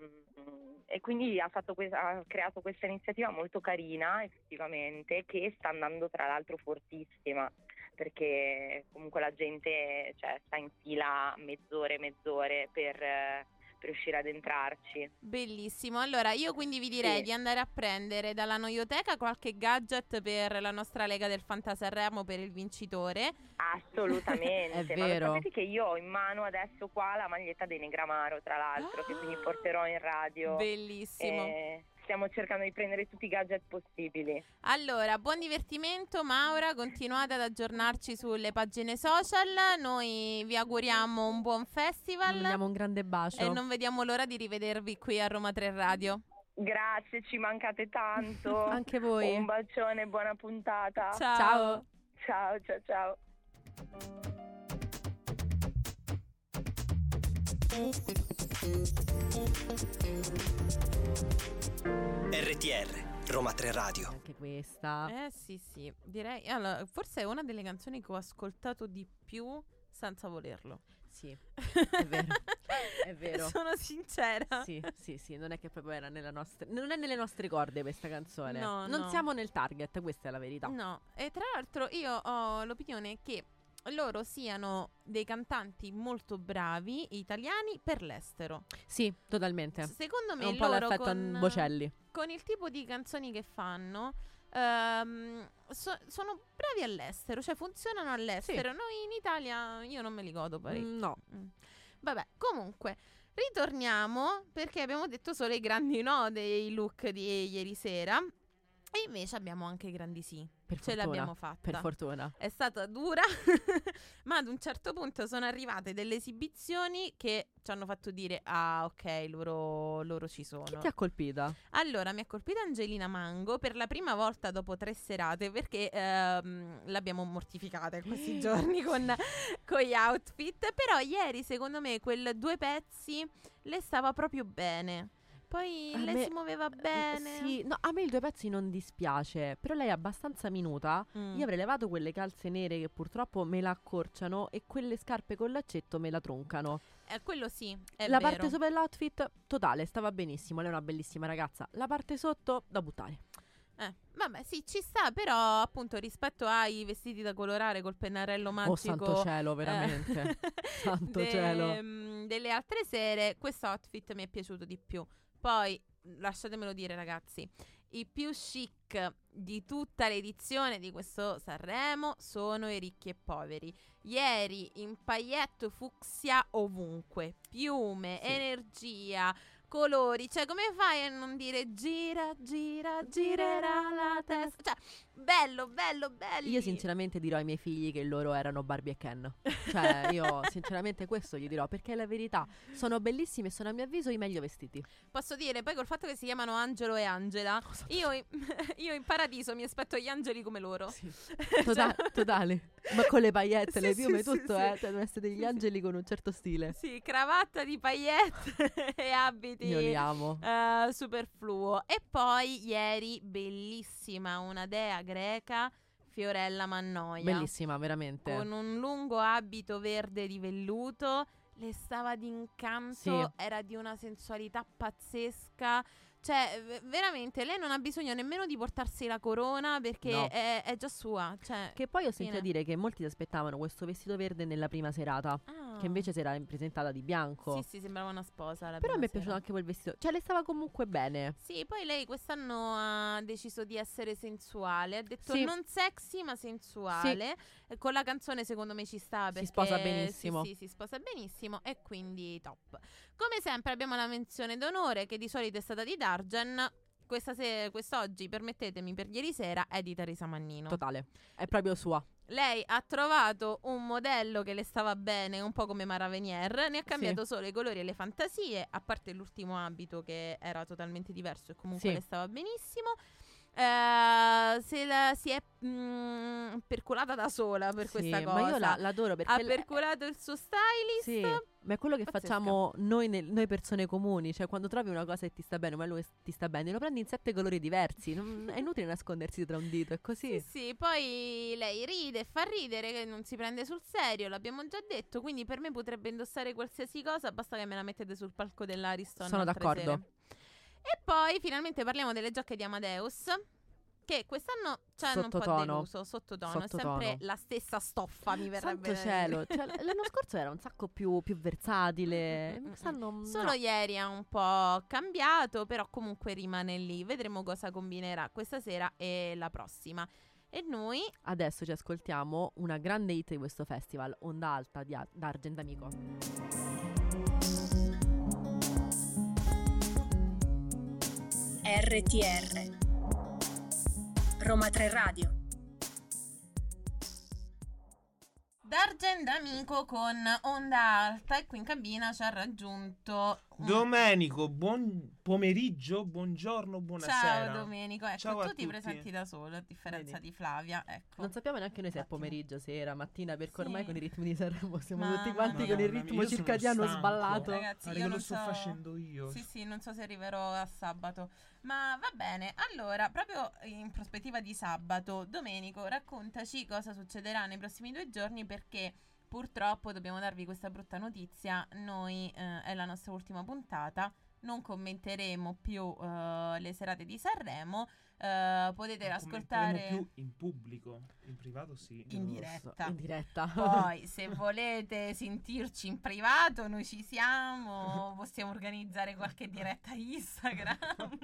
S9: e quindi ha, fatto que- ha creato questa iniziativa molto carina effettivamente che sta andando tra l'altro fortissima perché comunque la gente cioè, sta in fila mezz'ore, mezz'ore per, eh, per riuscire ad entrarci.
S5: Bellissimo, allora io quindi vi direi
S9: Sì.
S5: di andare a prendere dalla noioteca qualche gadget per la nostra Lega del Fantasanremo per il vincitore.
S9: Assolutamente,
S6: È
S9: ma
S6: vero.
S9: lo sapete che io ho in mano adesso qua la maglietta dei Negramaro, tra l'altro, che
S6: Ah!
S9: quindi porterò in radio.
S5: Bellissimo.
S9: E stiamo cercando di prendere tutti i gadget possibili.
S5: Allora, buon divertimento Maura, continuate ad aggiornarci sulle pagine social, noi vi auguriamo un buon
S6: Vi
S5: festival
S6: Mandiamo un grande bacio.
S5: e non vediamo l'ora di rivedervi qui a Roma 3 Radio.
S9: Grazie, ci mancate tanto.
S6: Anche voi.
S9: Un bacione, buona puntata.
S5: Ciao.
S6: Ciao.
S9: Ciao, ciao, ciao.
S1: RTR, Roma 3 Radio.
S6: Anche questa.
S5: Eh sì, sì, direi. Allora, forse è una delle canzoni che ho ascoltato di più senza volerlo.
S6: Sì, è vero. È vero.
S5: Sono sincera.
S6: Sì, sì, sì, non è che proprio era nella nostra, non è nelle nostre corde questa canzone.
S5: No,
S6: non
S5: no. Mm.
S6: siamo nel target, questa è la verità.
S5: No, e tra l'altro io ho l'opinione che loro siano dei cantanti molto bravi italiani per l'estero.
S6: Sì, totalmente.
S5: Secondo
S6: È
S5: me
S6: un po'
S5: loro
S6: l'effetto
S5: con,
S6: Bocelli.
S5: con il tipo di canzoni che fanno ehm, so- sono bravi all'estero, cioè funzionano all'estero. Noi in Italia io non me li godo parecchio.
S6: Mm, No,
S5: Mm. Vabbè, comunque, ritorniamo perché abbiamo detto solo i grandi no dei look di ieri sera. E invece abbiamo anche i grandi sì.
S6: per
S5: Ce
S6: fortuna.
S5: l'abbiamo fatta.
S6: Per fortuna.
S5: È stata dura, ma ad un certo punto sono arrivate delle esibizioni che ci hanno fatto dire: Ah, ok, loro, loro ci sono.
S6: Chi ti ha colpita?
S5: Allora, mi ha colpito Angelina Mango per la prima volta dopo tre serate perché ehm, l'abbiamo mortificata in questi giorni con, con gli outfit. Però ieri, secondo me, quel due pezzi le stava proprio bene. Poi
S6: A
S5: lei
S6: me- eh,
S5: si muoveva bene.
S6: Sì, no, a me i due pezzi non dispiace, però lei è abbastanza minuta.
S5: Mm.
S6: Io avrei levato quelle calze nere che purtroppo me la accorciano e quelle scarpe con l'accetto me la troncano.
S5: Eh, quello sì, è
S6: la
S5: vero.
S6: parte sopra l'outfit totale stava benissimo, lei è una bellissima ragazza. La parte sotto da buttare.
S5: Eh, vabbè, sì, ci sta, però appunto rispetto ai vestiti da colorare col pennarello magico
S6: Oh santo cielo,
S5: Eh,
S6: veramente. Santo cielo.
S5: mm, delle altre sere, questo outfit mi è piaciuto di più. Poi, mm, lasciatemelo dire, ragazzi, i più chic di tutta l'edizione di questo Sanremo sono i ricchi e poveri. Ieri in paglietto fucsia ovunque, piume,
S6: Sì.
S5: energia. Colori, cioè come fai a non dire gira, gira, girerà la testa? Cioè, bello, bello, bello.
S6: Io sinceramente dirò ai miei figli che loro erano Barbie e Ken. Cioè, io sinceramente questo gli dirò perché è la verità. Sono bellissimi e sono a mio avviso i meglio vestiti.
S5: Posso dire, poi col fatto che si chiamano Angelo e Angela, io in, io in paradiso mi aspetto gli angeli come loro.
S6: Tota-
S5: Cioè-
S6: Totale. Ma con le pagliette, le
S5: Sì,
S6: piume,
S5: sì, sì,
S6: tutto,
S5: sì.
S6: eh. Cioè, devono essere degli
S5: Sì, sì.
S6: angeli con un certo stile.
S5: Sì, cravatta di paillette e abiti.
S6: Io li amo.
S5: eh, superfluo. E poi ieri, bellissima, una dea greca, Fiorella Mannoia.
S6: Bellissima, veramente.
S5: Con un lungo abito verde di velluto, le stava d'incanto,
S6: Sì.
S5: era di una sensualità pazzesca. Cioè, v- veramente, lei non ha bisogno nemmeno di portarsi la corona perché
S6: No.
S5: è, è già sua. Cioè,
S6: Che poi ho sentito
S5: Fine.
S6: dire che molti si aspettavano questo vestito verde nella prima serata,
S5: Ah.
S6: che invece si era presentata di bianco.
S5: Sì, sì, sembrava una sposa. la
S6: Però mi
S5: prima
S6: è piaciuto
S5: sera.
S6: anche quel vestito. Cioè, le stava comunque bene.
S5: Sì, poi lei quest'anno ha deciso di essere sensuale, ha detto
S6: Sì.
S5: non sexy ma sensuale, E con la canzone secondo me ci sta perché
S6: sposa benissimo.
S5: Sì, sì, si sposa benissimo e quindi top. Come sempre abbiamo la menzione d'onore che di solito è stata di Dargen, questa se- quest'oggi, permettetemi, per ieri sera è di Teresa Mannino.
S6: Totale. È proprio sua.
S5: Lei ha trovato un modello che le stava bene, un po' come Mara Venier, ne ha cambiato solo i colori e le fantasie, a parte l'ultimo abito che era totalmente diverso e comunque
S6: Sì.
S5: le stava benissimo. Eh, se la- si è mm, percolata da sola per
S6: Sì,
S5: questa cosa. Ah,
S6: Ma io la, l'adoro perché...
S5: ha
S6: le-
S5: percolato il suo stylist.
S6: Sì, ma è quello che
S5: Pazzesca.
S6: facciamo noi, nel- noi persone comuni, cioè quando trovi una cosa che ti sta bene, ma lui ti sta bene, lo prendi in sette colori diversi, non- è inutile nascondersi tra un dito, è così.
S5: Sì, sì, poi lei ride, e fa ridere, che non si prende sul serio, l'abbiamo già detto, quindi per me potrebbe indossare qualsiasi cosa, basta che me la mettete sul palco dell'Ariston.
S6: Sono
S5: altre
S6: d'accordo.
S5: sere. E poi finalmente parliamo delle giacche di Amadeus, che quest'anno ci hanno un po'
S6: Sottotono.
S5: deluso, sottotono, è
S6: Sottotono.
S5: sempre la stessa stoffa, mi verrebbe
S6: Santo
S5: da
S6: cielo,
S5: dire.
S6: cioè, l- l'anno scorso era un sacco più, più
S5: Mm,
S6: versatile,
S5: mm, mm,
S6: quest'anno
S5: Solo
S6: no.
S5: ieri ha un po' cambiato, però comunque rimane lì. Vedremo cosa combinerà questa sera e la prossima. E noi
S6: Adesso ci ascoltiamo una grande hit di questo festival, Onda Alta di A- d'Argent Amico.
S7: RTR Roma 3 Radio
S5: D'Argent amico con onda alta e qui in cabina ci ha raggiunto
S11: Ah. Domenico, buon pomeriggio, buongiorno, buonasera.
S5: Ciao Domenico, ecco,
S11: Ciao a
S5: tu ti
S11: tutti.
S5: presenti da solo, a differenza
S6: Vedi?
S5: di Flavia, ecco.
S6: Non sappiamo neanche noi se è
S5: Infatti.
S6: pomeriggio, sera, mattina, perché ormai
S5: Sì.
S6: con i ritmi di Sanremo siamo
S5: Mamma
S6: tutti quanti
S5: mia.
S6: con il
S11: Madonna mia,
S6: ritmo
S11: io sono
S6: circadiano
S11: stanco.
S6: sballato.
S5: Ragazzi,
S11: Guarda
S5: io
S11: che lo
S5: non
S11: sto
S5: so-
S11: facendo io.
S5: Sì, sì, non so se arriverò a sabato. Ma va bene, allora, proprio in prospettiva di sabato, Domenico, raccontaci cosa succederà nei prossimi due giorni perché purtroppo dobbiamo darvi questa brutta notizia. Noi eh, è la nostra ultima puntata. Non commenteremo più eh, le serate di Sanremo. eh, potete
S11: Non
S5: ascoltare
S11: commenteremo più in pubblico, in privato sì.
S5: in
S6: Non lo so,
S5: diretta.
S6: In diretta.
S5: Poi, se volete sentirci in privato, noi ci siamo. Possiamo organizzare qualche diretta Instagram.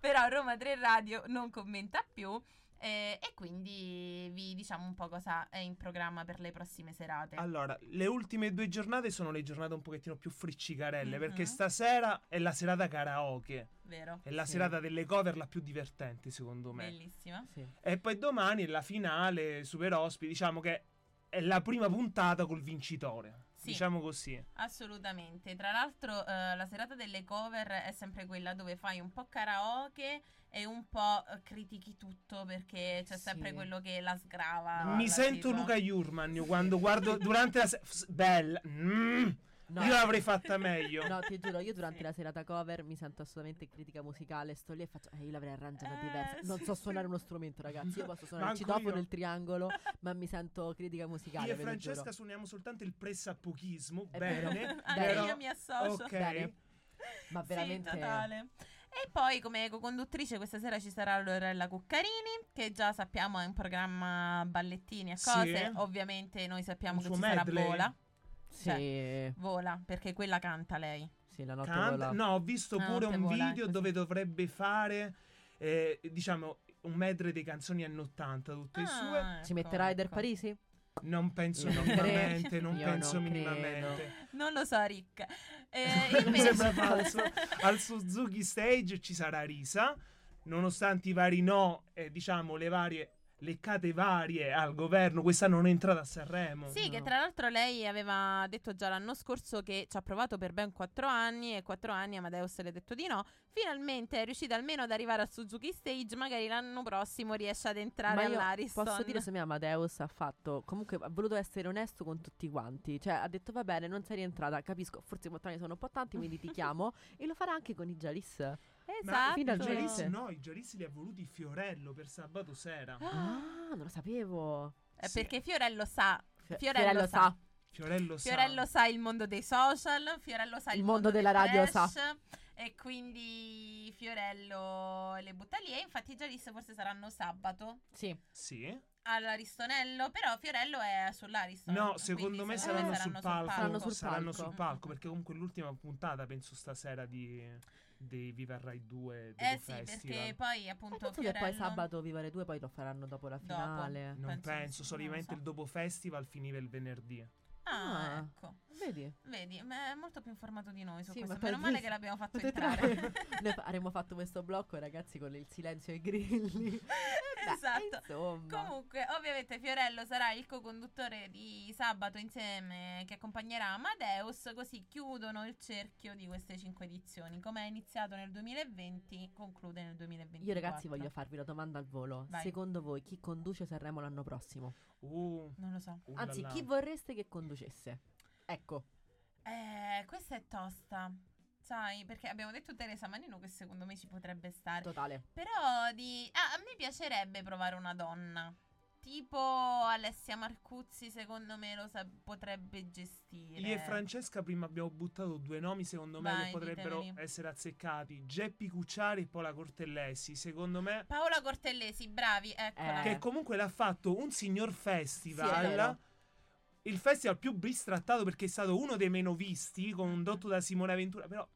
S5: Però Roma 3 Radio non commenta più. eh, e quindi vi diciamo un po' cosa è in programma per le prossime serate.
S11: Allora, le ultime due giornate sono le giornate un pochettino più friccicarelle
S5: Mhm.
S11: perché stasera è la serata karaoke,
S5: Vero?
S11: è la
S6: Sì.
S11: serata delle cover la più divertente secondo me.
S5: Bellissima.
S6: Sì.
S11: E poi domani è la finale, super ospiti, diciamo che è la prima puntata col vincitore.
S5: Sì.
S11: Diciamo così.
S5: Assolutamente. Tra l'altro, eh, la serata delle cover è sempre quella dove fai un po' karaoke e un po' eh, critichi tutto perché c'è
S6: Sì.
S5: sempre quello che la sgrava.
S11: Mi
S5: la
S11: sento
S5: tipa.
S11: Luca Jurman io quando guardo durante la se- f- bella. Mm.
S6: No.
S11: Io l'avrei fatta meglio.
S6: No, ti giuro, io durante
S5: Sì.
S6: la serata cover mi sento assolutamente in critica musicale, sto lì e faccio, eh, io l'avrei arrangiata
S5: Eh,
S6: diversa. Non so
S5: sì.
S6: suonare uno strumento, ragazzi, io posso suonare il
S11: Manco
S6: citofono,
S11: io.
S6: il triangolo, ma mi sento critica musicale.
S11: Io e
S6: ve lo
S11: Francesca
S6: giuro.
S11: suoniamo soltanto il pressappochismo.
S6: È vero.
S11: Bene.
S5: Anche
S11: però-
S5: io mi associo.
S11: Ok.
S6: Bene. Ma
S5: Sì,
S6: veramente...
S5: totale. E poi come co-conduttrice questa sera ci sarà Lorella Cuccarini, che già sappiamo è in programma ballettini e
S11: Sì.
S5: cose. Ovviamente noi sappiamo
S11: Un
S5: che
S11: suo
S5: ci sarà
S11: medley.
S5: Vola.
S6: Sì,
S5: Vola, perché quella canta lei.
S6: sì, la notte vola.
S11: Canta- No, ho visto
S5: Ah,
S11: pure
S5: te
S11: un
S5: vola,
S11: video
S5: ecco,
S11: dove dovrebbe fare, eh, diciamo, un medley di canzoni anni 80, tutte sue.
S5: Ah,
S6: Ci
S5: ecco,
S6: metterà Eder
S5: ecco.
S6: Parisi?
S11: Non penso
S6: Io non
S11: minimamente,
S5: credo.
S11: non
S6: Io
S11: penso
S6: non credo.
S11: minimamente.
S5: Non lo so, Rick. Eh,
S11: Mi
S5: invece-
S11: sembra falso. Al Suzuki Stage ci sarà risa, nonostante i vari no e diciamo le varie leccate varie al governo, questa non è entrata a Sanremo.
S5: Sì, che
S6: No.
S5: tra l'altro lei aveva detto già l'anno scorso che ci ha provato per ben quattro anni e quattro anni Amadeus le ha detto di no. Finalmente è riuscita almeno ad arrivare a Suzuki Stage, magari l'anno prossimo riesce ad entrare
S6: Ma io
S5: all'Ariston.
S6: posso dire secondo me Amadeus ha fatto comunque ha voluto essere onesto con tutti quanti cioè ha detto va bene non sei rientrata capisco forse i bottoni sono un po' tanti quindi ti chiamo e lo farà anche con i Jalis
S5: Esatto.
S11: Ma i
S6: Finalmente.
S11: Giarissi no, i Giarissi li ha voluti Fiorello per sabato sera.
S6: ah non lo sapevo
S5: Eh,
S11: Sì.
S5: Perché Fiorello sa,
S6: Fi-
S5: Fiorello sa.
S11: Fiorello, sa.
S5: Fiorello sa il mondo dei social, Fiorello sa il,
S6: Il mondo della
S5: del
S6: radio
S5: flash,
S6: sa.
S5: E quindi Fiorello le butta lì. E infatti già lì forse saranno sabato
S6: sì
S11: Sì.
S5: all'Aristonello, però Fiorello è sull'Ariston.
S11: No,
S5: quindi
S11: secondo me
S5: secondo
S11: saranno, sul palco.
S6: Saranno sul
S11: Saranno
S6: palco.
S11: sul palco, perché comunque è l'ultima puntata, penso, stasera di, dei Viva il Rai 2.
S5: Eh
S11: del
S5: sì,
S11: festival.
S5: perché poi
S6: ma
S5: appunto
S6: penso
S5: Fiorello
S6: Ah, che poi sabato Vivare 2 poi lo faranno dopo la
S5: Dopo.
S6: finale
S11: Non
S5: penso
S11: penso,
S5: di sì,
S11: solamente
S5: non lo so.
S11: il dopo festival finiva il venerdì.
S5: Ah,
S6: Ah.
S5: ecco.
S6: vedi
S5: Vedi, ma è molto più informato di noi su
S6: Sì,
S5: questo.
S6: ma
S5: Meno male che
S6: tantissimo.
S5: l'abbiamo fatto
S6: Potete
S5: entrare.
S6: trarre- Noi avremmo fatto questo blocco ragazzi con il silenzio e i grilli Beh,
S5: Esatto.
S6: insomma
S5: Comunque, ovviamente Fiorello sarà il co-conduttore di sabato insieme che accompagnerà Amadeus, così chiudono il cerchio di queste cinque edizioni. Come è iniziato nel 2020, conclude nel 2024.
S6: Io ragazzi voglio farvi una domanda al volo.
S5: Vai.
S6: Secondo voi chi conduce Sanremo l'anno prossimo?
S11: Uh,
S5: Non lo so.
S11: uh
S6: Anzi,
S11: là là.
S6: chi vorreste che conducesse? Ecco,
S5: Eh, questa è tosta. Sai, perché abbiamo detto Teresa Manino che secondo me ci potrebbe stare.
S6: totale.
S5: Però di... ah, a me piacerebbe provare una donna. Tipo Alessia Marcuzzi, secondo me lo sa- potrebbe gestire.
S11: Io e Francesca prima abbiamo buttato due nomi secondo me
S5: Vai,
S11: che potrebbero
S5: ditemeli.
S11: essere azzeccati. Geppi Cucciari e Paola Cortellesi, secondo me,
S5: Paola Cortellesi, bravi, eccola.
S6: Eh.
S11: che comunque l'ha fatto un signor
S6: Sì, è
S11: festival.
S6: vero.
S11: il festival più bistrattato perché è stato uno dei meno visti, condotto da Simone Ventura, però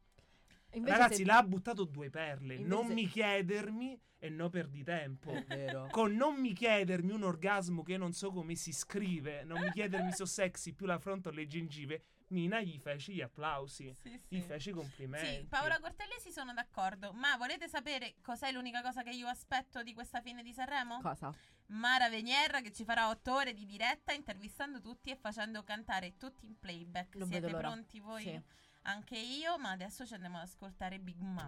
S6: Invece
S11: ragazzi
S6: se-
S11: l'ha buttato due perle.
S6: Invece Eh,
S11: Non
S6: se-
S11: mi chiedermi e no per di tempo.
S6: È vero.
S11: Con non mi chiedermi un orgasmo che non so come si scrive, non mi chiedermi se ho sexy più la fronte o le gengive, Mina gli fece gli applausi,
S5: Sì, sì.
S11: gli fece i complimenti.
S5: Sì, Paola Cortellesi sono d'accordo, ma volete sapere cos'è l'unica cosa che io aspetto di questa fine di Sanremo?
S6: Cosa?
S5: Mara Venierra che ci farà otto ore di diretta intervistando tutti e facendo cantare tutti in playback.
S6: Non
S5: Siete
S6: vedo l'ora.
S5: pronti voi?
S6: Sì.
S5: anche io, ma adesso ci andiamo ad ascoltare Big Mama.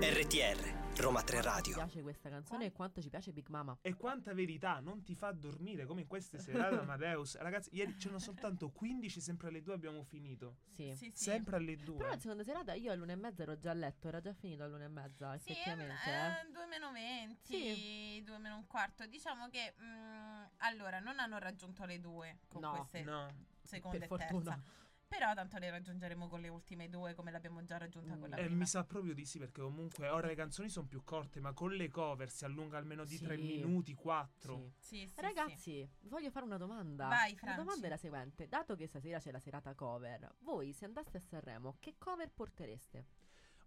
S1: RTR Roma 3
S6: Ci
S1: Radio.
S6: piace questa canzone e quanto ci piace Big Mama.
S11: E quanta verità non ti fa dormire come in queste serate Amadeus. Ragazzi, ieri c'erano soltanto 15, sempre alle 2 abbiamo finito.
S6: Sì.
S5: Sì, sì.
S11: Sempre alle 2.
S6: Però la seconda serata io all'una e mezza ero già a letto, era già finito all'una e mezza,
S5: Sì,
S6: effettivamente. eh.
S5: 2 meno 20, 2 meno un quarto. Diciamo che mm, allora non hanno raggiunto le 2 con
S6: No.
S5: queste
S11: No.
S5: seconda
S6: Per
S5: e
S6: fortuna.
S5: terza. Però tanto le raggiungeremo con le ultime due come l'abbiamo già raggiunta
S6: Mm.
S5: con la
S11: Eh,
S5: prima.
S11: mi sa proprio di sì, perché comunque ora le canzoni sono più corte, ma con le cover si allunga almeno di
S6: Sì.
S11: 3 minuti, 4.
S6: Sì.
S5: Sì, sì,
S6: Ragazzi,
S5: sì.
S6: voglio fare una domanda.
S5: Vai,
S6: la
S5: Franci.
S6: domanda è la seguente: dato che stasera c'è la serata cover, voi se andaste a Sanremo, che cover portereste?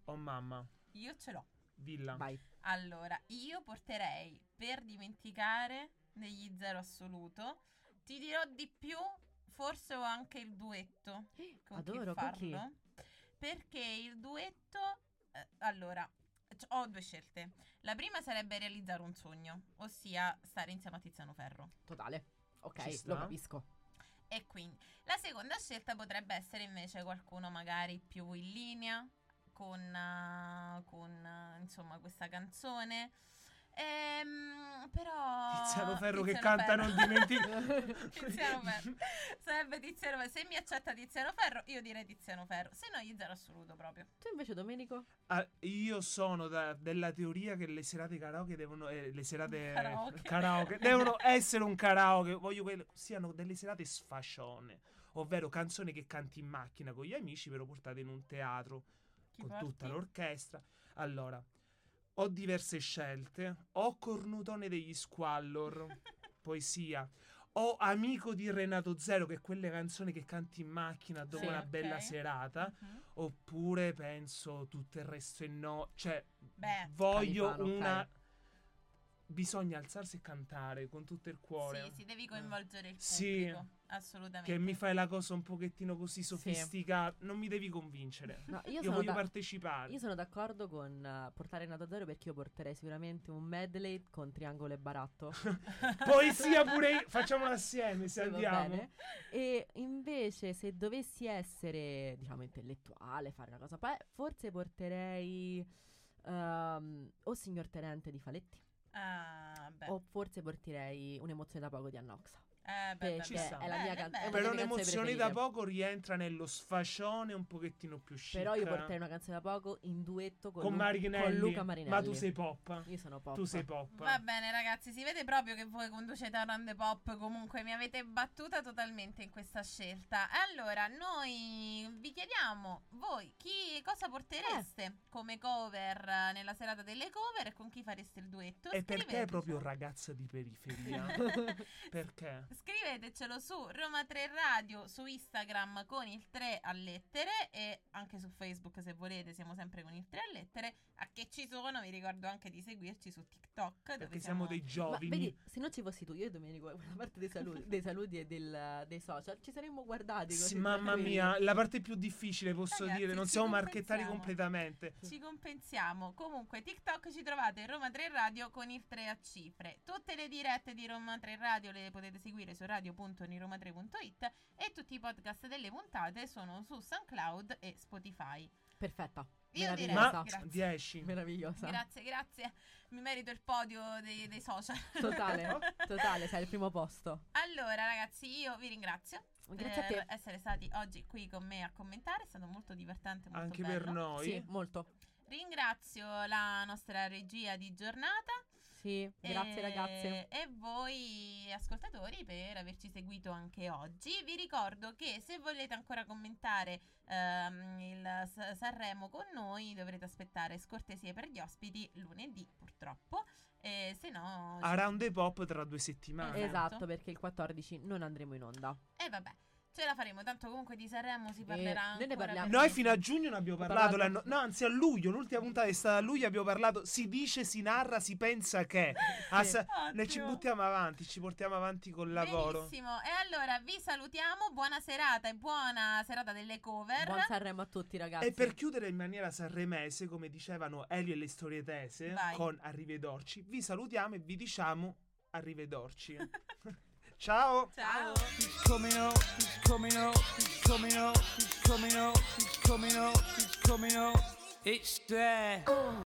S11: Oh mamma,
S5: io ce l'ho.
S11: Villa.
S6: Vai.
S5: Allora, io porterei per dimenticare degli zero assoluto. Ti dirò di più, forse ho anche il duetto con
S6: Adoro,
S5: chi
S6: con chi?
S5: farlo. Perché il duetto eh, allora c- ho due scelte. La prima sarebbe realizzare un sogno, ossia stare insieme a Tiziano Ferro.
S6: Totale.
S11: Ci
S6: Ok,
S11: sta.
S6: lo capisco.
S5: E quindi la seconda scelta potrebbe essere invece qualcuno magari più in linea con, eh, con, eh, insomma questa canzone. Ehm, però
S11: Tiziano Ferro che
S5: Ah, Tiziano
S11: canta, non dimentico.
S5: Ferro. Tiziano Ferro. Sarebbe Tiziano Ferro. Se mi accetta Tiziano Ferro, io direi Tiziano Ferro. Se no, gli zero assoluto proprio.
S6: Tu invece, Domenico?
S11: Ah, io sono da- della teoria che le serate karaoke devono. eh, le serate
S5: Karaoke.
S11: karaoke devono essere un karaoke. Voglio che siano delle serate sfascione. Ovvero canzoni che canti in macchina con gli amici, però portate in un teatro
S5: Chi
S11: con
S5: porti?
S11: tutta l'orchestra. Allora, ho diverse scelte. Ho Cornutone degli Squallor, poesia. Ho Amico di Renato Zero, che è quelle canzoni che canti in macchina dopo
S5: Sì,
S11: una
S5: ok.
S11: bella serata.
S5: Mhm.
S11: Oppure penso tutto il resto e no. Cioè,
S5: Beh,
S11: voglio
S6: Calipano, ok.
S11: una. Bisogna alzarsi e cantare con tutto il cuore.
S5: Sì, sì, devi coinvolgere il
S11: Sì.
S5: pubblico. Assolutamente.
S11: Che mi fai la cosa un pochettino così sofisticata. Non mi devi convincere.
S6: No, io,
S11: Io,
S6: sono
S11: voglio
S6: da-
S11: partecipare.
S6: Io sono d'accordo con eh, portare Nato Zero perché io porterei sicuramente un medley con triangolo e baratto.
S11: Poesia pure io. Facciamola assieme se
S6: Se va
S11: andiamo.
S6: bene. Eh, E invece, se dovessi essere, diciamo, intellettuale, fare una cosa, poi forse porterei. ehm, o Signor Tenente di Faletti,
S5: Ah, beh.
S6: o forse porterei un'emozione da poco di Annoxa.
S5: Eh, beh, beh,
S6: Perché
S11: Ci
S5: beh.
S11: sta.
S6: è la mia
S5: Bene,
S6: can-
S5: bene.
S6: è una
S11: Però
S6: delle canzoni
S11: un'emozione da
S6: preferite.
S11: poco rientra nello sfascione un pochettino più chic. eh.
S6: Però io porterei una canzone da poco in duetto con,
S11: con,
S6: Lu-
S11: Marinelli.
S6: con Luca Marinelli.
S11: Ma tu sei pop.
S6: Io sono pop.
S11: Tu sei pop.
S5: Va bene ragazzi, si vede proprio che voi conducete a Rande Pop, comunque mi avete battuta totalmente in questa scelta. Allora, noi vi chiediamo, voi chi cosa portereste
S11: Eh.
S5: come cover eh, nella serata delle cover e con chi fareste il duetto?
S11: E perché
S5: Scriveteci.
S11: proprio ragazza di periferia? perché?
S5: Scrivetecelo su Roma 3 Radio, su Instagram con il 3 a lettere e anche su Facebook se volete, siamo sempre con il 3 a lettere. A che ci sono, vi ricordo anche di seguirci su TikTok.
S11: Perché siamo dei
S6: Ma
S11: giovani.
S6: vedi, se non ci fossi tu, io e Domenico, quella parte dei saluti, dei saluti e del- dei social, ci saremmo guardati.
S11: Sì,
S6: così
S11: mamma
S6: tranquilli.
S11: mia, la parte più difficile posso
S5: Ragazzi,
S11: dire, non
S5: ci
S11: siamo marchettari
S5: compensiamo.
S11: completamente.
S5: Ci compensiamo. Comunque, TikTok ci trovate Roma 3 Radio con il 3 a cifre. Tutte le dirette di Roma 3 Radio le potete seguire su radio.uniroma3.it e tutti i podcast delle puntate sono su SoundCloud e Spotify.
S6: Perfetta.
S5: Io direi-
S6: meravigliosa.
S11: Ma
S5: Grazie.
S11: 10.
S6: Meravigliosa.
S5: Grazie, grazie. Mi merito il podio dei, dei social.
S6: Totale, totale, sei al primo posto.
S5: Allora, ragazzi, io vi ringrazio.
S6: Grazie a
S5: per
S6: te.
S5: essere stati oggi qui con me a commentare, è stato molto divertente, molto
S11: Anche
S5: bello.
S11: per noi.
S6: Sì, molto.
S5: Ringrazio la nostra regia di giornata.
S6: Sì, grazie
S5: E-
S6: ragazze.
S5: Eh, E voi ascoltatori per averci seguito anche oggi. Vi ricordo che se volete ancora commentare ehm, il S- Sanremo con noi dovrete aspettare scortesie per gli ospiti lunedì purtroppo. E se no...
S11: A Round the Pop tra due settimane.
S5: Esatto.
S6: Esatto, perché il 14 non andremo in onda.
S5: E Eh, vabbè. Ce la faremo, tanto comunque di Sanremo si parlerà
S6: Eh, noi ne
S5: ancora
S6: parliamo.
S5: per-
S11: Noi fino a giugno ne abbiamo
S6: parlato.
S11: parlato, l'anno- no anzi a luglio, l'ultima puntata è stata a luglio, abbiamo parlato, si dice, si narra, si pensa che, Ass- ne ci
S5: Ottimo.
S11: buttiamo avanti, ci portiamo avanti col lavoro.
S5: Benissimo, e allora vi salutiamo, buona serata e buona serata delle cover.
S6: Buon Sanremo a tutti, ragazzi.
S11: E per chiudere in maniera sanremese, come dicevano Elio e le storie tese,
S5: Vai.
S11: con Arrivederci, vi salutiamo e vi diciamo Arrivederci. Ciao!
S5: Ciao.
S4: It's coming up, it's coming up, it's coming up, it's coming up, it's coming up, it's coming up. It's there.